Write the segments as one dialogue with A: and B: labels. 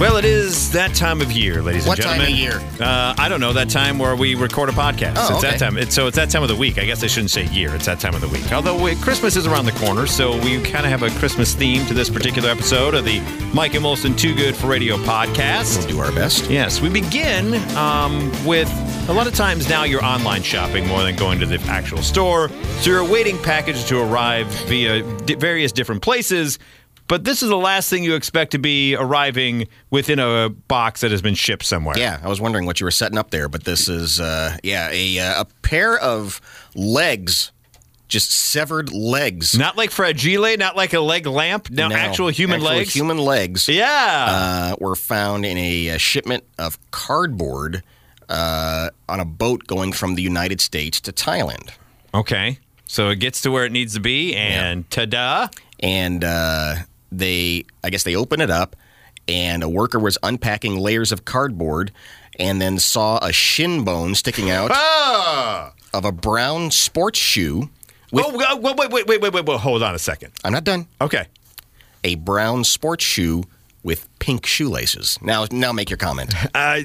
A: Well, it is that time of year, ladies
B: What
A: and
B: time of
A: gentlemen. year? Uh, I don't know. That time where we record a podcast.
B: Oh,
A: it's
B: okay.
A: that time. It's, so it's that time of the week. I guess I shouldn't say year. It's that time of the week. Although we, Christmas is around the corner, so we kind of have a Christmas theme to this particular episode of the Mike and Molson Too Good for Radio podcast.
B: We'll do our best.
A: Yes, we begin um, with a lot of times now you're online shopping more than going to the actual store. So you're awaiting package to arrive via di- various different places. But this is the last thing you expect to be arriving within a box that has been shipped somewhere.
B: Yeah, I was wondering what you were setting up there, but this is, uh, yeah, a, uh, a pair of legs, just severed legs.
A: Not like fragile, not like a leg lamp, no,
B: No,
A: actual human legs.
B: Human legs.
A: yeah.
B: uh, were found in a, uh shipment of cardboard uh, on a boat going from the United States to Thailand.
A: okay. So it gets to where it needs to be, and ta-da!
B: And uh, they, I guess they opened it up, and a worker was unpacking layers of cardboard and then saw a shin bone sticking out of a brown sports shoe. With,
A: oh, wait, wait, wait, wait, wait, wait, wait! Hold on a second.
B: I'm not done.
A: Okay.
B: A brown sports shoe with pink shoelaces. Now, now make your comment.
A: Uh,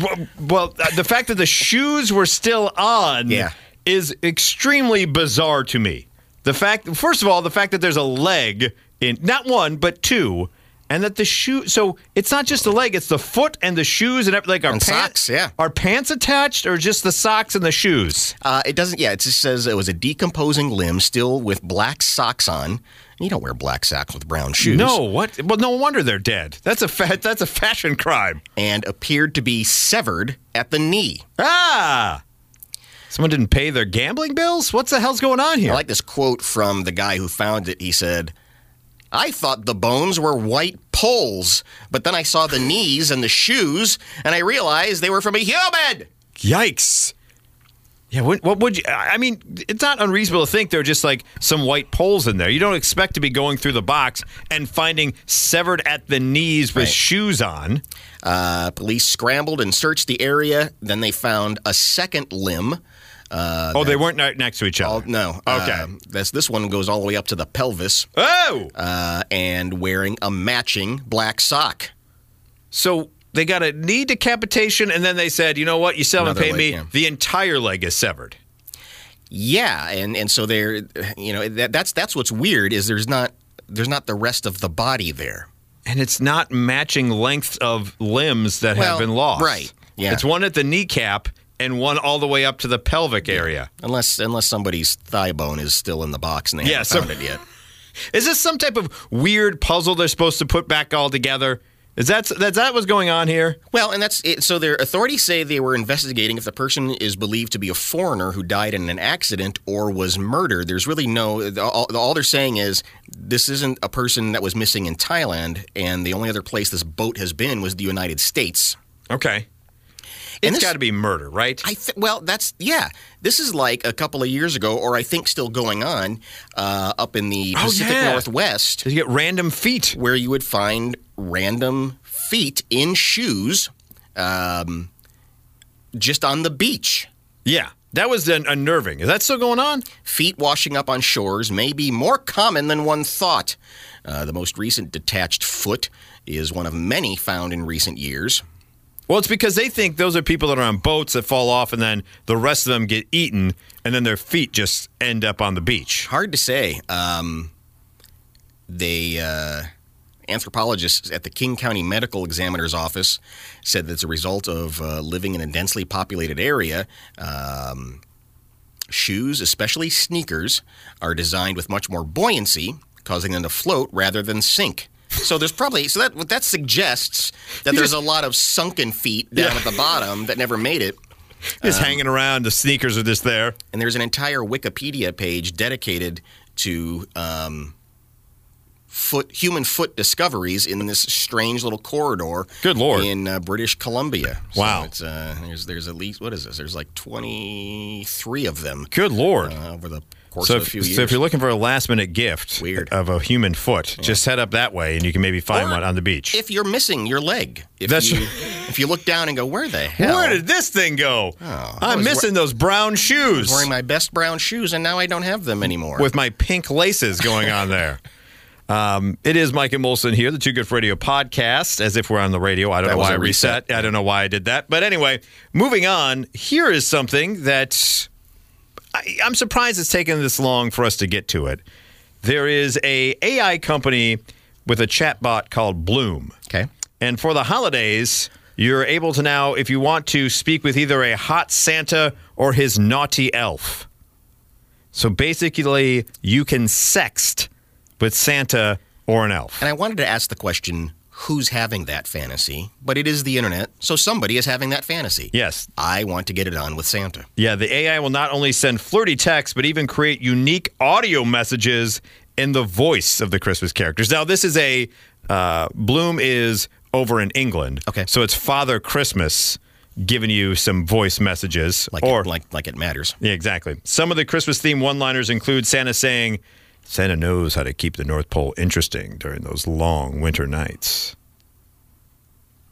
A: w- well, uh, the fact that the shoes were still on
B: Yeah.
A: is extremely bizarre to me. The fact, first of all, the fact that there's a leg in not one but two, and that the shoe. So it's not just the leg; it's the foot and the shoes and everything. Like our
B: And socks, yeah.
A: Are pants attached, or just the socks and the shoes?
B: Uh, it doesn't. Yeah, it just says it was a decomposing limb, still with black socks on. You don't wear black socks with brown shoes.
A: No, what? Well, no wonder they're dead. That's a fa- that's a fashion crime.
B: and appeared to be severed at the knee.
A: Ah. Someone didn't pay their gambling bills? What the hell's going on here?
B: I like this quote from the guy who found it. He said, "I thought the bones were white poles, but then I saw the knees and the shoes, and I realized they were from a human."
A: Yikes. Yeah, what, what would you? I I mean, it's not unreasonable to think there are just like some white poles in there. You don't expect to be going through the box and finding severed at the knees with
B: Right.
A: shoes on.
B: Uh, police scrambled and searched the area. Then they found a second limb. Uh,
A: oh, they weren't right next to each
B: Oh
A: other.
B: no!
A: Okay.
B: Um, this this one goes all the way up to the pelvis.
A: oh,
B: uh, and wearing a matching black sock.
A: so they got a knee decapitation, and then they said, you know what? You still haven't
B: Another
A: paid
B: leg,
A: me.
B: yeah.
A: The entire leg is severed.
B: Yeah, and and so there, you know, that, that's that's what's weird is there's not there's not the rest of the body there.
A: And it's not matching lengths of limbs that have
B: Well,
A: been lost.
B: right, yeah.
A: It's one at the kneecap and one all the way up to the pelvic area.
B: Unless unless somebody's thigh bone is still in the box and they
A: Yeah,
B: haven't
A: so-
B: found it yet.
A: Is this some type of weird puzzle they're supposed to put back all together? Is that that that what's going on here?
B: Well, and that's it. so. Their authorities say they were investigating if the person is believed to be a foreigner who died in an accident or was murdered. There's really no all, all they're saying is this isn't a person that was missing in Thailand, and the only other place this boat has been was the United States.
A: Okay,
B: And
A: it's
B: this-
A: got to be murder, right?
B: I th- well, that's yeah. This is like a couple of years ago, or I think still going on, uh, up in the
A: Oh,
B: Pacific
A: yeah.
B: Northwest,
A: Did you get random feet?
B: where you would find random feet in shoes, um, just on the beach.
A: Yeah, that was un- unnerving. Is that still going on?
B: Feet washing up on shores may be more common than one thought. Uh, the most recent detached foot is one of many found in recent years.
A: Well, it's because they think those are people that are on boats that fall off, and then the rest of them get eaten, and then their feet just end up on the beach.
B: Hard to say. Um, they uh, anthropologists at the King County Medical Examiner's Office said that as a result of uh, living in a densely populated area, um, shoes, especially sneakers, are designed with much more buoyancy, causing them to float rather than sink. So there's probably so that what that suggests that there's a lot of sunken feet down at the bottom that never made it.
A: Just
B: Um,
A: hanging around. The sneakers are just there.
B: And there's an entire Wikipedia page dedicated to um, foot human foot discoveries in this strange little corridor.
A: Good Lord.
B: In uh, British Columbia. So
A: Wow.
B: it's, uh, there's there's at least what is this? There's like 23 of them
A: Good lord.
B: uh, over the course
A: so,
B: of a
A: if,
B: few years.
A: so if you're looking for a last minute gift
B: Weird.
A: of a human foot, just head up that way, and you can maybe find
B: Or
A: one on the beach.
B: if you're missing your leg, if
A: That's-
B: you if you look down and go, where the hell?
A: Where did this thing go?
B: Oh, I
A: I'm
B: was
A: missing those brown shoes
B: wearing my best brown shoes and now I don't have them anymore.
A: with my pink laces going on there. Um, it is Mike and Molson here, the Two Good for Radio podcast, as if we're on the radio. I don't
B: That
A: know
B: was
A: why I
B: a reset.
A: reset. I don't know why I did that. But anyway, moving on, here is something that I, I'm surprised it's taken this long for us to get to it. There is a AI company with a chatbot called Bloom.
B: Okay.
A: And for the holidays, you're able to now, if you want to, speak with either a hot Santa or his naughty elf. So basically, you can sext with Santa or an elf.
B: And I wanted to ask the question who's having that fantasy? But it is the internet, so somebody is having that fantasy.
A: Yes.
B: I want to get it on with Santa.
A: Yeah, the AI will not only send flirty texts, but even create unique audio messages in the voice of the Christmas characters. Now, this is a uh, Bloom is over in England.
B: Okay.
A: So it's Father Christmas giving you some voice messages.
B: Like,
A: or
B: it, like, like it matters.
A: Yeah, exactly. Some of the Christmas themed one liners include Santa saying, Santa knows how to keep the North Pole interesting during those long winter nights.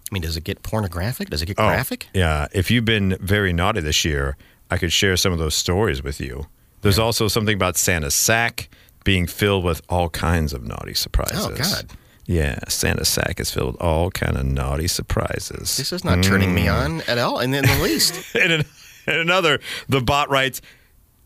B: I mean, does it get pornographic? Does it get
A: Oh,
B: graphic?
A: Yeah. If you've been very naughty this year, I could share some of those stories with you. There's also something about Santa's sack being filled with all kinds of naughty surprises.
B: Oh, God.
A: Yeah, Santa's sack is filled with all kind of naughty surprises.
B: This is not turning me on
A: Mm.
B: at all, and in the least.
A: and, an, and another, the bot writes,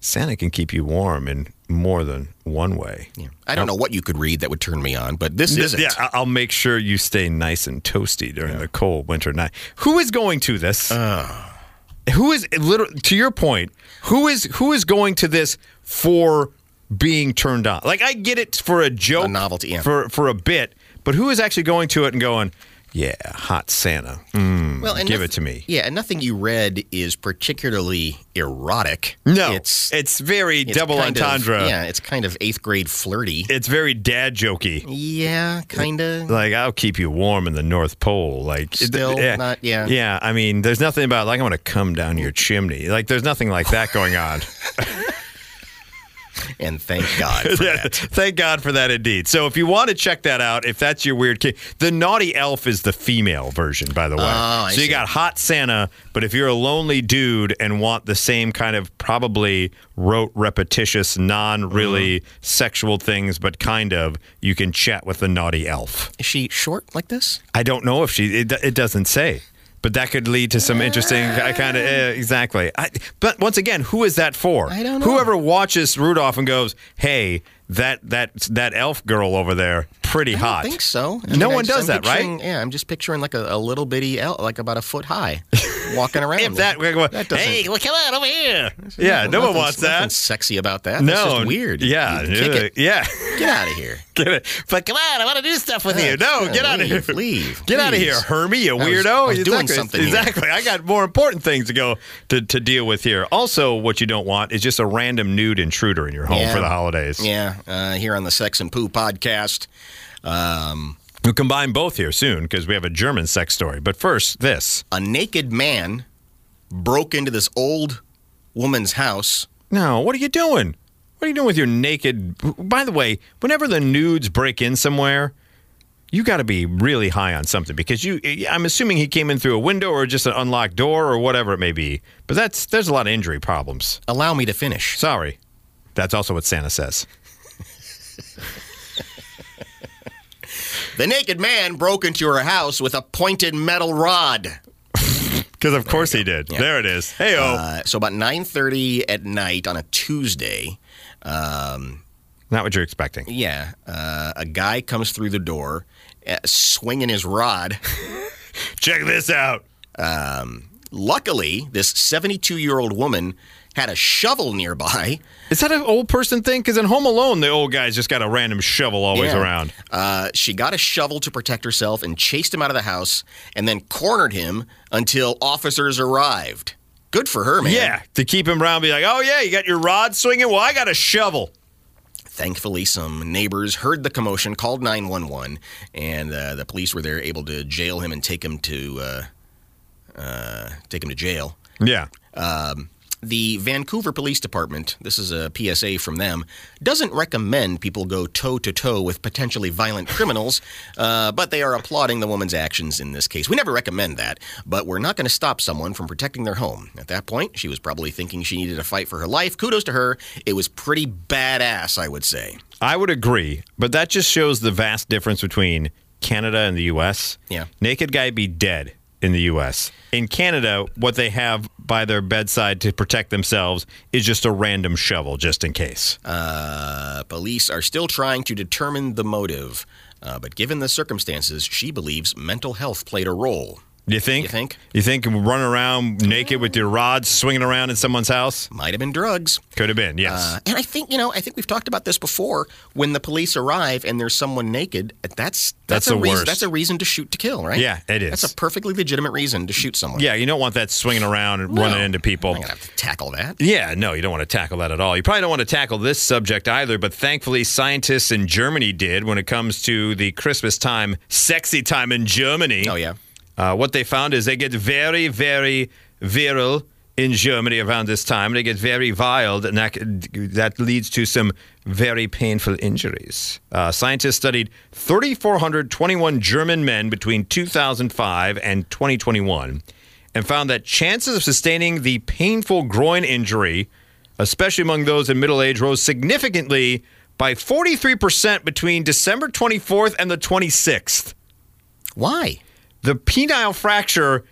A: Santa can keep you warm in more than one way.
B: Yeah. I don't know what you could read that would turn me on, but this isn't.
A: Yeah, I- I'll make sure you stay nice and toasty during the cold winter night. Who is going to this?
B: Uh.
A: Who is literally to your point? Who is who is going to this for being turned on? Like I get it for a joke,
B: A novelty, yeah.
A: for for a bit, but who is actually going to it and going, yeah, hot Santa? Mm,
B: Well, and
A: give
B: noth-
A: it to me.
B: Yeah, and nothing you read is particularly erotic.
A: No,
B: it's,
A: it's very
B: it's
A: double
B: kind of-
A: entendre.
B: yeah, it's kind of eighth grade flirty.
A: It's very dad jokey.
B: yeah, kind of.
A: like I'll keep you warm in the North Pole. Like it-
B: Still not- yeah.
A: yeah. I mean, there's nothing about like I'm going to come down your chimney. Like there's nothing like that going on.
B: And thank God. For that.
A: Thank God for that, indeed. So if you want to check that out, if that's your weird kid, the naughty elf is the female version, by the way.
B: Oh, I
A: so you
B: see.
A: got hot Santa, but if you're a lonely dude and want the same kind of probably rote, repetitious, non really
B: Mm-hmm.
A: sexual things, but kind of, you can chat with the naughty elf.
B: Is she short like this?
A: I don't know if she. It, it doesn't say, but that could lead to
B: Ah.
A: some interesting kind of uh, exactly. I, but once again, who is that for?
B: I don't know.
A: Whoever watches Rudolph and goes, "Hey, that that that elf girl over there, pretty
B: I
A: hot."
B: don't think so.
A: No
B: I mean, I
A: one
B: just-
A: does
B: I'm
A: that, right?
B: picturing- Yeah, I'm just picturing like a, a little bitty, el- like about a foot high, walking around.
A: If that, we're going,
B: That doesn't-
A: hey, look at that over here. Yeah, no one
B: Nothing's-
A: wants that.
B: nothing's Sexy about that. That's
A: No,
B: just weird.
A: Yeah,
B: You kick
A: yeah,
B: it.
A: yeah.
B: Get out of here.
A: Get it. But come on, I want to do stuff with you.
B: Yeah,
A: No,
B: yeah,
A: get out
B: leave,
A: of here.
B: leave,
A: Get out of here,
B: please.
A: Hermie, you
B: was-
A: weirdo.
B: I was doing
A: exactly.
B: something here.
A: Exactly. I got more important things to go to, to deal with here. Also, what you don't want is just a random nude intruder in your home
B: Yeah.
A: for the holidays.
B: Yeah, uh, here on the Sex and Poo podcast. Um,
A: We'll combine both here soon because we have a German sex story. But first, this.
B: a naked man broke into this old woman's house.
A: No, what are you doing? What are you doing with your naked? By the way, whenever the nudes break in somewhere, you got to be really high on something because you. eh, I'm assuming he came in through a window or just an unlocked door or whatever it may be. But that's there's a lot of injury problems.
B: Allow me to finish.
A: Sorry, that's also what Santa says.
B: The naked man broke into her house with a pointed metal rod.
A: Because of course he did. There it is. Hey oh,
B: Uh, so about 9:30 at night on a Tuesday,
A: not what you're expecting.
B: yeah, uh, a guy comes through the door, uh, swinging his rod.
A: Check this out.
B: Luckily, this 72-year-old woman had a shovel nearby.
A: Is that an old person thing? Because in Home Alone, the old guy's just got a random shovel always
B: Yeah.
A: around.
B: Uh, she got a shovel to protect herself and chased him out of the house and then cornered him until officers arrived. Good for her, man.
A: Yeah, to keep him around, be like, oh yeah, you got your rod swinging. Well, I got a shovel.
B: Thankfully, some neighbors heard the commotion, called 911, and uh, the police were there able to jail him and take him to uh, uh, take him to jail.
A: Yeah.
B: Um, the Vancouver Police Department, this is a PSA from them, doesn't recommend people go toe to toe with potentially violent criminals, uh, but they are applauding the woman's actions in this case. We never recommend that, but we're not going to stop someone from protecting their home. At that point, she was probably thinking she needed a fight for her life. Kudos to her. It was pretty badass, I would say.
A: I would agree, but that just shows the vast difference between Canada and the U.S.
B: Yeah.
A: naked guy be dead in the U.S. In Canada, what they have by their bedside to protect themselves is just a random shovel, just in case.
B: Uh, police are still trying to determine the motive, uh, but given the circumstances, she believes mental health played a role.
A: you think?
B: you think?
A: You think running around naked with your rod swinging around in someone's house
B: Might have been drugs.
A: could have been? Yes.
B: Uh, and I think you know, I think we've talked about this before. When the police arrive and there's someone naked, that's
A: That's
B: that's, a
A: the
B: reason,
A: worst.
B: That's a reason to shoot to kill, right?
A: Yeah, it is.
B: That's a perfectly legitimate reason to shoot someone.
A: yeah, you don't want that swinging around and
B: No.
A: running into people.
B: I'm gonna have to tackle that.
A: Yeah, no, you don't want to tackle that at all. You probably don't want to tackle this subject either, but thankfully, scientists in Germany did when it comes to the Christmas time, sexy time in Germany.
B: Oh yeah.
A: Uh, what they found is they get very, very virile in Germany around this time. They get very wild, and that, that leads to some very painful injuries. Uh, scientists studied 3,421 German men between 2005 and 2021 and found that chances of sustaining the painful groin injury, especially among those in middle age, rose significantly by 43% between December 24th and the 26th
B: Why?
A: the penile fracture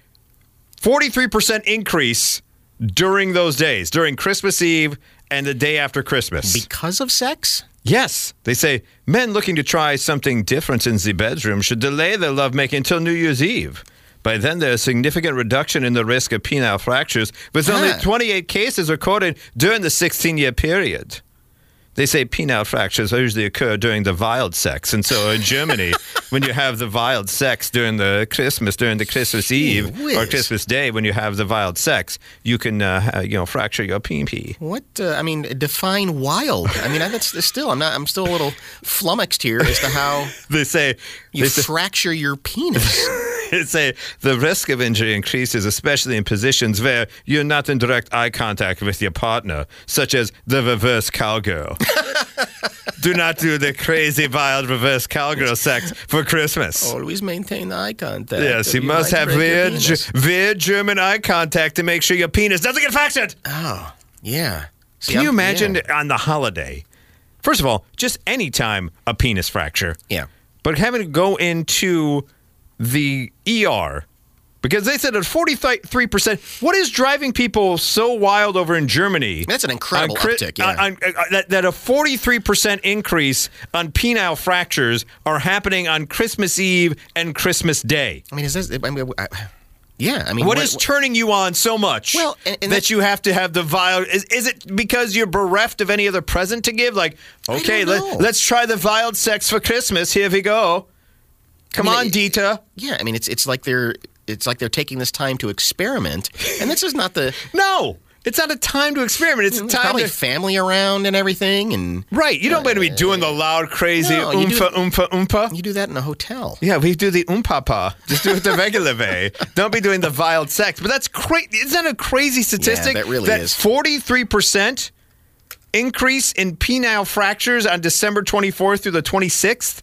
A: 43% increase during those days, during Christmas Eve and the day after Christmas.
B: Because of sex?
A: yes, they say men looking to try something different in the bedroom should delay their lovemaking until New Year's Eve. By then, there's significant reduction in the risk of penile fractures, with only
B: Ah.
A: 28 cases recorded during the 16 year period. They say penile fractures usually occur during the wild sex. And so in Germany, when you have the wild sex during the Christmas, during the Christmas Eve
B: whiz.
A: or Christmas Day, when you have the wild sex, you can, uh, ha- you know, fracture your peen pee.
B: What? Uh, I mean, define wild. I mean, I- that's still. I'm not. I'm still a little flummoxed here as to how
A: They say,
B: you
A: they say,
B: fracture your penis.
A: they say the risk of injury increases, especially in positions where you're not in direct eye contact with your partner, such as the reverse cowgirl. do not do the crazy wild reverse cowgirl sex for Christmas.
B: Always maintain eye contact.
A: Yes, you
B: Oh, You
A: must
B: might
A: have
B: break your
A: weird,
B: penis.
A: Ge- weird German eye contact to make sure your penis doesn't get fractured.
B: Oh, yeah. See,
A: Can you
B: I'm-
A: imagine
B: Yeah.
A: on the holiday? First of all, just any time a penis fracture.
B: Yeah.
A: But having to go into the ER because they said at 43%. What is driving people so wild over in Germany?
B: That's an incredible
A: on cri-
B: uptick, yeah.
A: on- on- uh, that, that a 43% increase on penile fractures are happening on Christmas Eve and Christmas Day.
B: I mean, is this? I mean, I, yeah. I mean,
A: what is turning you on so much
B: Well, and- and
A: that
B: that's-
A: you have to have the vial? Is, is it because you're bereft of any other present to give? Like, okay,
B: don't
A: let,
B: know.
A: let's try the vial sex for Christmas. Here we go. Come
B: mean,
A: on,
B: it-
A: Dita.
B: Yeah, I mean, it's it's like they're it's like they're taking this time to experiment, and this is not the
A: No, it's not a time to experiment. It's a
B: there's
A: time
B: Mm, probably
A: to.
B: family around and everything, and
A: Right, you don't want to be doing the loud, crazy
B: No, you do-
A: oompa, oompa, oompa.
B: you do that in a hotel.
A: Yeah, we do the oompapa. Just do it the regular way. Don't be doing the vile sex. But that's crazy. Isn't that a crazy statistic?
B: that really
A: that
B: is.
A: 43% increase in penile fractures on December 24th through the 26th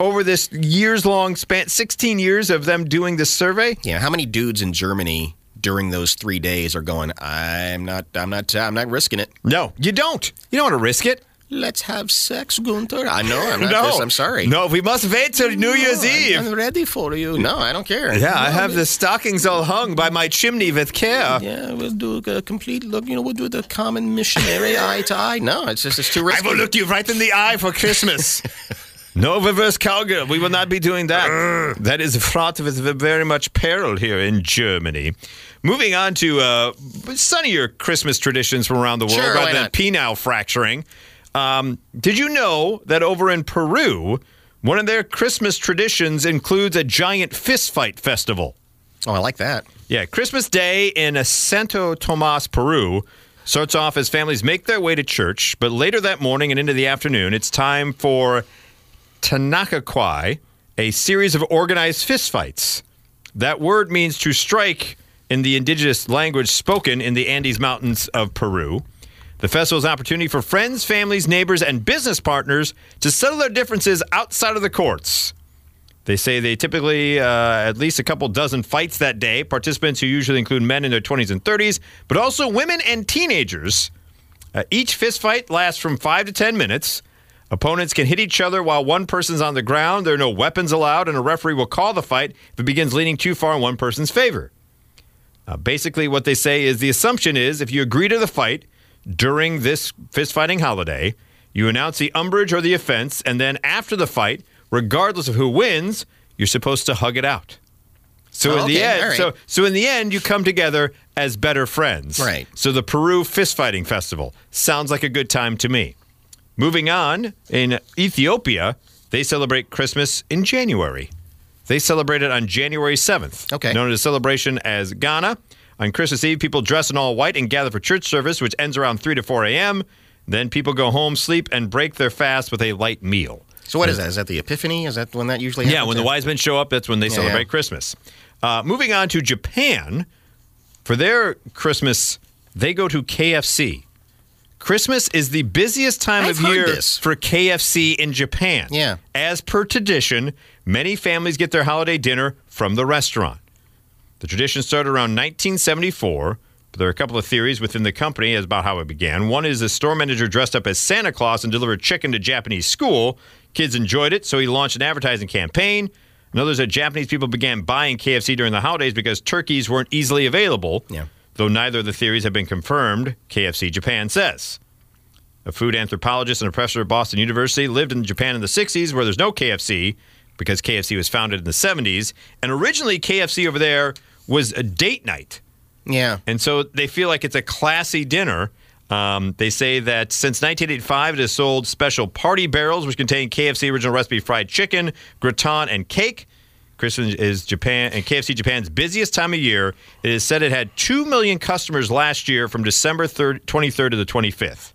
A: over this years long span, 16 years of them doing this survey.
B: Yeah, how many dudes in Germany during those three days are going? I'm not. I'm not. I'm not risking it.
A: No, you don't. You don't want to risk it.
B: Let's have sex, Gunther. I know. I'm not.
A: No.
B: I'm sorry.
A: No, we must wait till New Year's
B: No, I'm-
A: Eve.
B: I'm ready for you. No, I don't care.
A: Yeah, I
B: No,
A: have
B: mean-
A: the stockings all hung by my chimney with care.
B: Yeah, we'll do a complete look. You know, we'll do the common missionary eye to eye. No, it's just it's too
A: I
B: risky.
A: will look you right in the eye for Christmas. no reverse cowgirl. We will not be doing that. that is fraught with very much peril here in Germany. Moving on to uh, sunnier Christmas traditions from around the world
B: Sure,
A: rather
B: why
A: than
B: not?
A: penile fracturing. Um, did you know that over in Peru, one of their Christmas traditions includes a giant fistfight festival?
B: Oh, I like that.
A: Yeah, Christmas Day in Santo Tomas, Peru starts off as families make their way to church, but later that morning and into the afternoon, it's time for Tanaka Kwai, a series of organized fistfights. That word means to strike in the indigenous language spoken in the Andes Mountains of Peru. The festival is an opportunity for friends, families, neighbors, and business partners to settle their differences outside of the courts. They say they typically uh, at least a couple dozen fights that day. Participants who usually include men in their 20s and 30s, but also women and teenagers. Uh, each fist fight lasts from five to 10 minutes. Opponents can hit each other while one person's on the ground. There are no weapons allowed, and a referee will call the fight if it begins leaning too far in one person's favor. Uh, basically, what they say is the assumption is if you agree to the fight during this fistfighting holiday, you announce the umbrage or the offense, and then after the fight, regardless of who wins, you're supposed to hug it out. So
B: Oh,
A: in the
B: okay,
A: end,
B: all right.
A: so so in the end, you come together as better friends.
B: Right.
A: So the Peru Fistfighting Festival sounds like a good time to me. Moving on, in Ethiopia, they celebrate Christmas in January. They celebrate it on January 7th.
B: Okay.
A: Known as celebration as Ghana. On Christmas Eve, people dress in all white and gather for church service, which ends around 3 to 4 a.m. Then people go home, sleep, and break their fast with a light meal.
B: So what is that? Is that the Epiphany? Is that when that usually happens?
A: Yeah, when the wise men show up, that's when they celebrate Christmas. Uh, moving on to Japan, for their Christmas, they go to KFC. Christmas is the busiest time
B: I've
A: of
B: heard
A: year
B: this.
A: for KFC in Japan.
B: Yeah.
A: As per tradition, many families get their holiday dinner from the restaurant. The tradition started around 1974. But there are a couple of theories within the company as about how it began. One is a store manager dressed up as Santa Claus and delivered chicken to Japanese school. Kids enjoyed it, so he launched an advertising campaign. Another is that Japanese people began buying KFC during the holidays because turkeys weren't easily available.
B: Yeah.
A: Though neither of the theories have been confirmed, KFC Japan says. A food anthropologist and a professor at Boston University lived in Japan in the 60s where there's no KFC because KFC was founded in the 70s. And originally, KFC over there was a date night.
B: Yeah.
A: And so they feel like it's a classy dinner. Um, they say that since 1985, it has sold special party barrels, which contain KFC original recipe fried chicken, gratin, and cake. Christmas is Japan and KFC Japan's busiest time of year. It is said it had 2 million customers last year from December 3rd, 23rd to the 25th.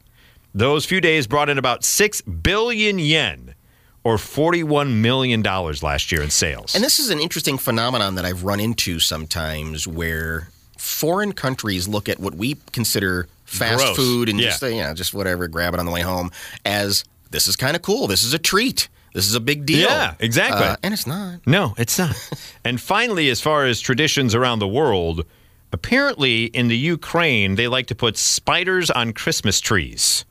A: Those few days brought in about 6 billion yen or $41 million last year in sales.
B: And this is an interesting phenomenon that I've run into sometimes where foreign countries look at what we consider fast
A: Gross.
B: food and
A: Yeah.
B: just, uh, you know, just whatever, grab it on the way home as this is kind of cool. This is a treat. This is a big deal.
A: Yeah, exactly.
B: Uh, and it's not.
A: No, it's not. and finally, as far as traditions around the world, apparently in the Ukraine, they like to put spiders on Christmas trees.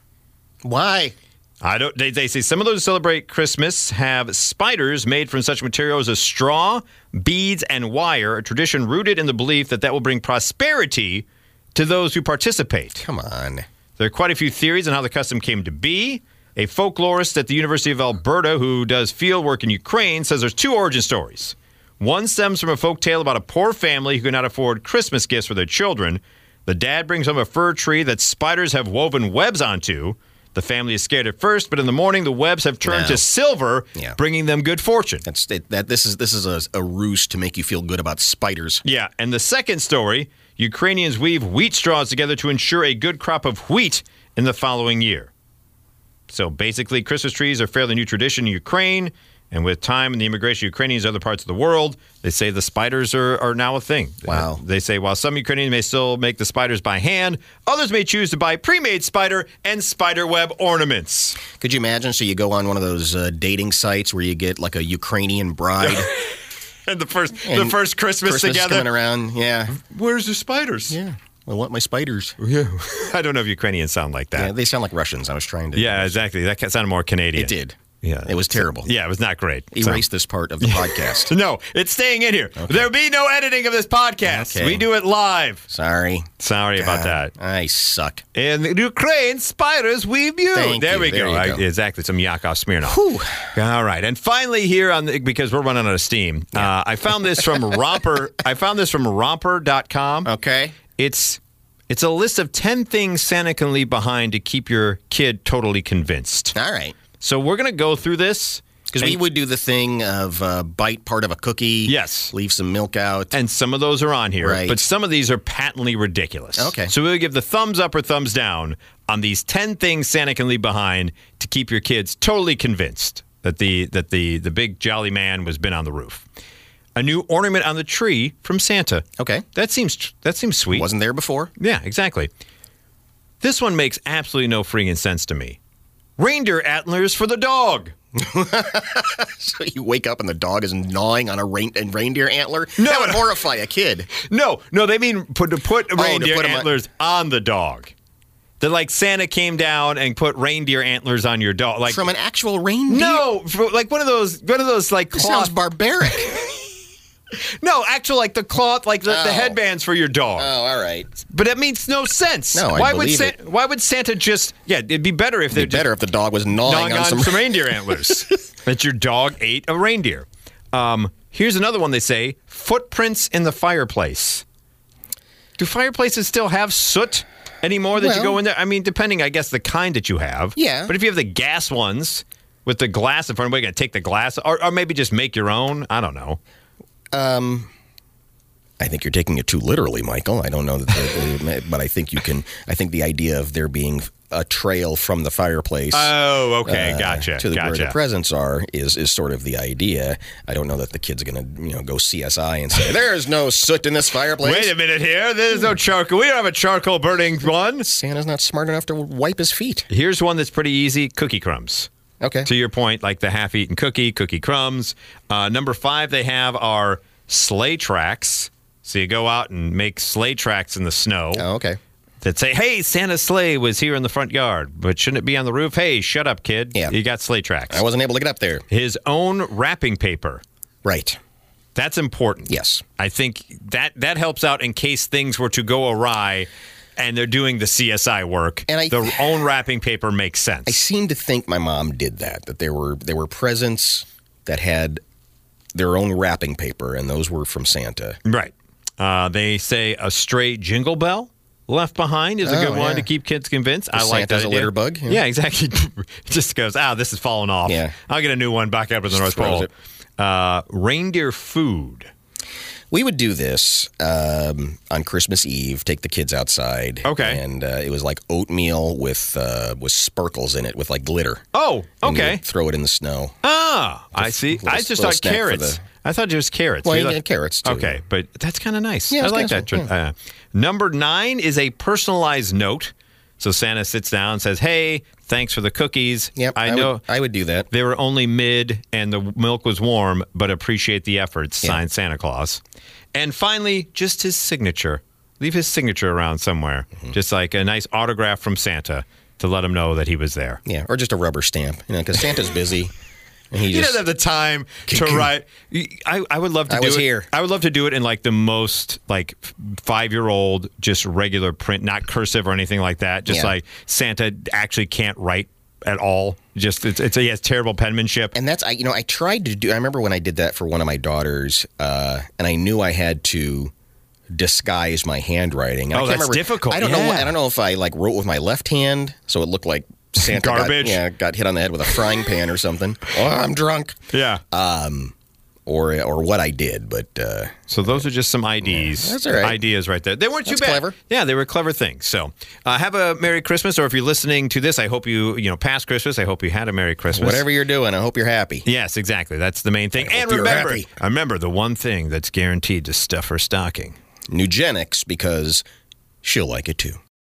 B: Why?
A: I don't. They, they say some of those who celebrate Christmas have spiders made from such materials as straw, beads, and wire. A tradition rooted in the belief that that will bring prosperity to those who participate.
B: Come on.
A: There are quite a few theories on how the custom came to be. A folklorist at the University of Alberta who does field work in Ukraine says there's two origin stories. One stems from a folk tale about a poor family who could not afford Christmas gifts for their children. The dad brings home a fir tree that spiders have woven webs onto. The family is scared at first, but in the morning the webs have turned
B: No.
A: to silver,
B: Yeah.
A: bringing them good fortune.
B: That's it, that. This is this is a, a ruse to make you feel good about spiders.
A: Yeah, and the second story Ukrainians weave wheat straws together to ensure a good crop of wheat in the following year. So basically, Christmas trees are fairly new tradition in Ukraine, and with time and the immigration of Ukrainians to other parts of the world, they say the spiders are, are now a thing.
B: Wow.
A: They say while some Ukrainians may still make the spiders by hand, others may choose to buy pre made spider and spider web ornaments.
B: Could you imagine? So you go on one of those uh, dating sites where you get like a Ukrainian bride.
A: And the first, the
B: And
A: first Christmas,
B: Christmas coming
A: together.
B: around. Yeah.
A: Where's the spiders?
B: Yeah. I want my spiders.
A: I don't know if Ukrainians sound like that.
B: Yeah, they sound like Russians. I was trying to.
A: Yeah, exactly. That sounded more Canadian.
B: It did.
A: Yeah.
B: It was terrible.
A: Yeah, it was not great. So-
B: Erase this part of the podcast.
A: No, it's staying in here. There'll be no editing of this podcast.
B: Okay.
A: We do it live.
B: Sorry.
A: Sorry about that.
B: I suck.
A: In Ukraine, spiders weave you.
B: Thank
A: there
B: you.
A: we
B: There
A: go.
B: you
A: I-
B: go.
A: exactly. Some Yakov Smirnoff. All right. And finally, here on the, because we're running out of steam, uh, I found this from Romper. I found this from romper.com.
B: Okay.
A: It's it's a list of 10 things Santa can leave behind to keep your kid totally convinced.
B: All right.
A: So we're going to go through this.
B: Because we would do the thing of uh, bite part of a cookie.
A: Yes.
B: Leave some milk out.
A: and some of those are on here,
B: Right.
A: but some of these are patently ridiculous.
B: Okay.
A: So we'll give the thumbs up or thumbs down on these 10 things Santa can leave behind to keep your kids totally convinced that the that the the big jolly man was been on the roof. a new ornament on the tree from Santa.
B: Okay.
A: That seems that seems sweet.
B: Wasn't there before?
A: Yeah, exactly. This one makes absolutely no freaking sense to me. Reindeer antlers for the dog.
B: So you wake up and the dog is gnawing on a rein- and reindeer antler? That would horrify a kid.
A: No, no, they mean put to put reindeer
B: Oh, put 'em on-
A: antlers on the dog. That like Santa came down and put reindeer antlers on your dog. Like
B: From an actual reindeer?
A: no, for- like one of those, one of those like
B: This sounds
A: cloth.
B: barbaric.
A: no, actual like the cloth, like the, the
B: Oh.
A: headbands for your dog.
B: oh, all right.
A: But that makes no sense.
B: No, I
A: why would
B: believe
A: Sa-
B: it.
A: why would Santa just? Yeah, it'd be better if they
B: It'd be better if the dog was gnawing,
A: gnawing
B: on, some.
A: reindeer antlers. that your dog ate a reindeer. Um, here's another one they say footprints in the fireplace. Do fireplaces still have soot anymore that you
B: Well-
A: go in there? I mean, depending, I guess, the kind that you have.
B: Yeah.
A: But if you have the gas ones with the glass in front of it, you gotta take the glass or, or maybe just make your own. I don't know.
B: I think you're taking it too literally, Michael. I don't know that, the, but I think you can. I think the idea of there being a trail from the fireplace.
A: Oh, okay.
B: uh,
A: gotcha.
B: To the, where the
A: gotcha.
B: presents are is is sort of the idea. I don't know that the kid's going to you know go CSI and say there is no soot in this fireplace.
A: Wait a minute here. There's no charcoal. We don't have a charcoal burning one.
B: Santa's not smart enough to wipe his feet.
A: Here's one that's pretty easy cookie crumbs.
B: Okay.
A: to your point, like the half-eaten cookie, cookie crumbs. Uh, number five, they have are sleigh tracks. So you go out and make sleigh tracks in the snow
B: Oh, okay.
A: that say, "Hey, Santa's sleigh was here in the front yard, but shouldn't it be on the roof?" Hey, shut up, kid.
B: Yeah.
A: you got sleigh tracks.
B: I wasn't able to get up there.
A: His own wrapping paper.
B: Right.
A: That's important.
B: Yes.
A: I think that that helps out in case things were to go awry. And they're doing the CSI work.
B: And I-
A: Their own wrapping paper makes sense.
B: I seem to think my mom did that. That there were there were presents that had their own wrapping paper, and those were from Santa.
A: Right. Uh, they say a stray jingle bell left behind is a
B: Oh,
A: good one
B: yeah.
A: to keep kids convinced. I like
B: Santa's
A: that.
B: a
A: idea.
B: litter bug,
A: Yeah,
B: yeah.
A: exactly. It just goes, ah, this is falling off.
B: Yeah.
A: I'll get a new one back up in the North
B: throws
A: Pole. Uh, reindeer food.
B: We would do this um, on Christmas Eve. Take the kids outside.
A: Okay.
B: And uh, it was like oatmeal with uh, with sparkles in it, with like glitter.
A: Oh,
B: And you
A: okay.
B: would throw it in the snow.
A: Ah, I see.
B: little-
A: I just
B: little
A: thought
B: snack for
A: carrots.
B: the-
A: I thought it was carrots.
B: Well,
A: We
B: you
A: like-
B: get carrots too.
A: Okay, but that's kind of nice.
B: Yeah,
A: I
B: it's
A: like
B: nice,
A: that.
B: yeah.
A: Uh, number nine is a personalized note. So Santa sits down and says, "Hey, thanks for the cookies.
B: Yep.
A: I, know."
B: Would, I would do that.
A: They were only mid and the milk was warm, but appreciate the efforts. Signed Santa Claus. And finally, just his signature. Leave his signature around somewhere.
B: Mm-hmm.
A: Just like a nice autograph from Santa to let him know that he was there.
B: Yeah. Or just a rubber stamp. You know, because Santa's busy. And he
A: He
B: just,
A: doesn't have the time to write. I, I would love to
B: I
A: do
B: was
A: it.
B: here.
A: I would love to do it in like the most like five year old, just regular print, not cursive or anything like that. Just
B: Yeah.
A: like Santa actually can't write at all. Just it's, it's he has terrible penmanship.
B: and that's I you know I tried to do I remember when I did that for one of my daughters uh, and I knew I had to disguise my handwriting. And I
A: Oh,
B: can't
A: that's
B: remember-
A: difficult.
B: I don't know what,
A: Yeah.
B: I don't know if I like wrote with my left hand so it looked like Santa got-
A: Garbage.
B: yeah, got hit on the head with a frying pan or something. Oh, I'm drunk
A: yeah.
B: or or what I did, but uh,
A: So those are just some IDs.
B: that's all right.
A: Ideas right there. They weren't
B: That's
A: too bad.
B: clever.
A: Yeah, they were clever things. So uh, have a Merry Christmas, or if you're listening to this, I hope you you know past Christmas. I hope you had a Merry Christmas.
B: whatever you're doing, I hope you're happy.
A: Yes, exactly. That's the main thing. and
B: you're
A: remember,
B: happy.
A: remember the one thing that's guaranteed to stuff her stocking.
B: Nugenics because she'll like it too.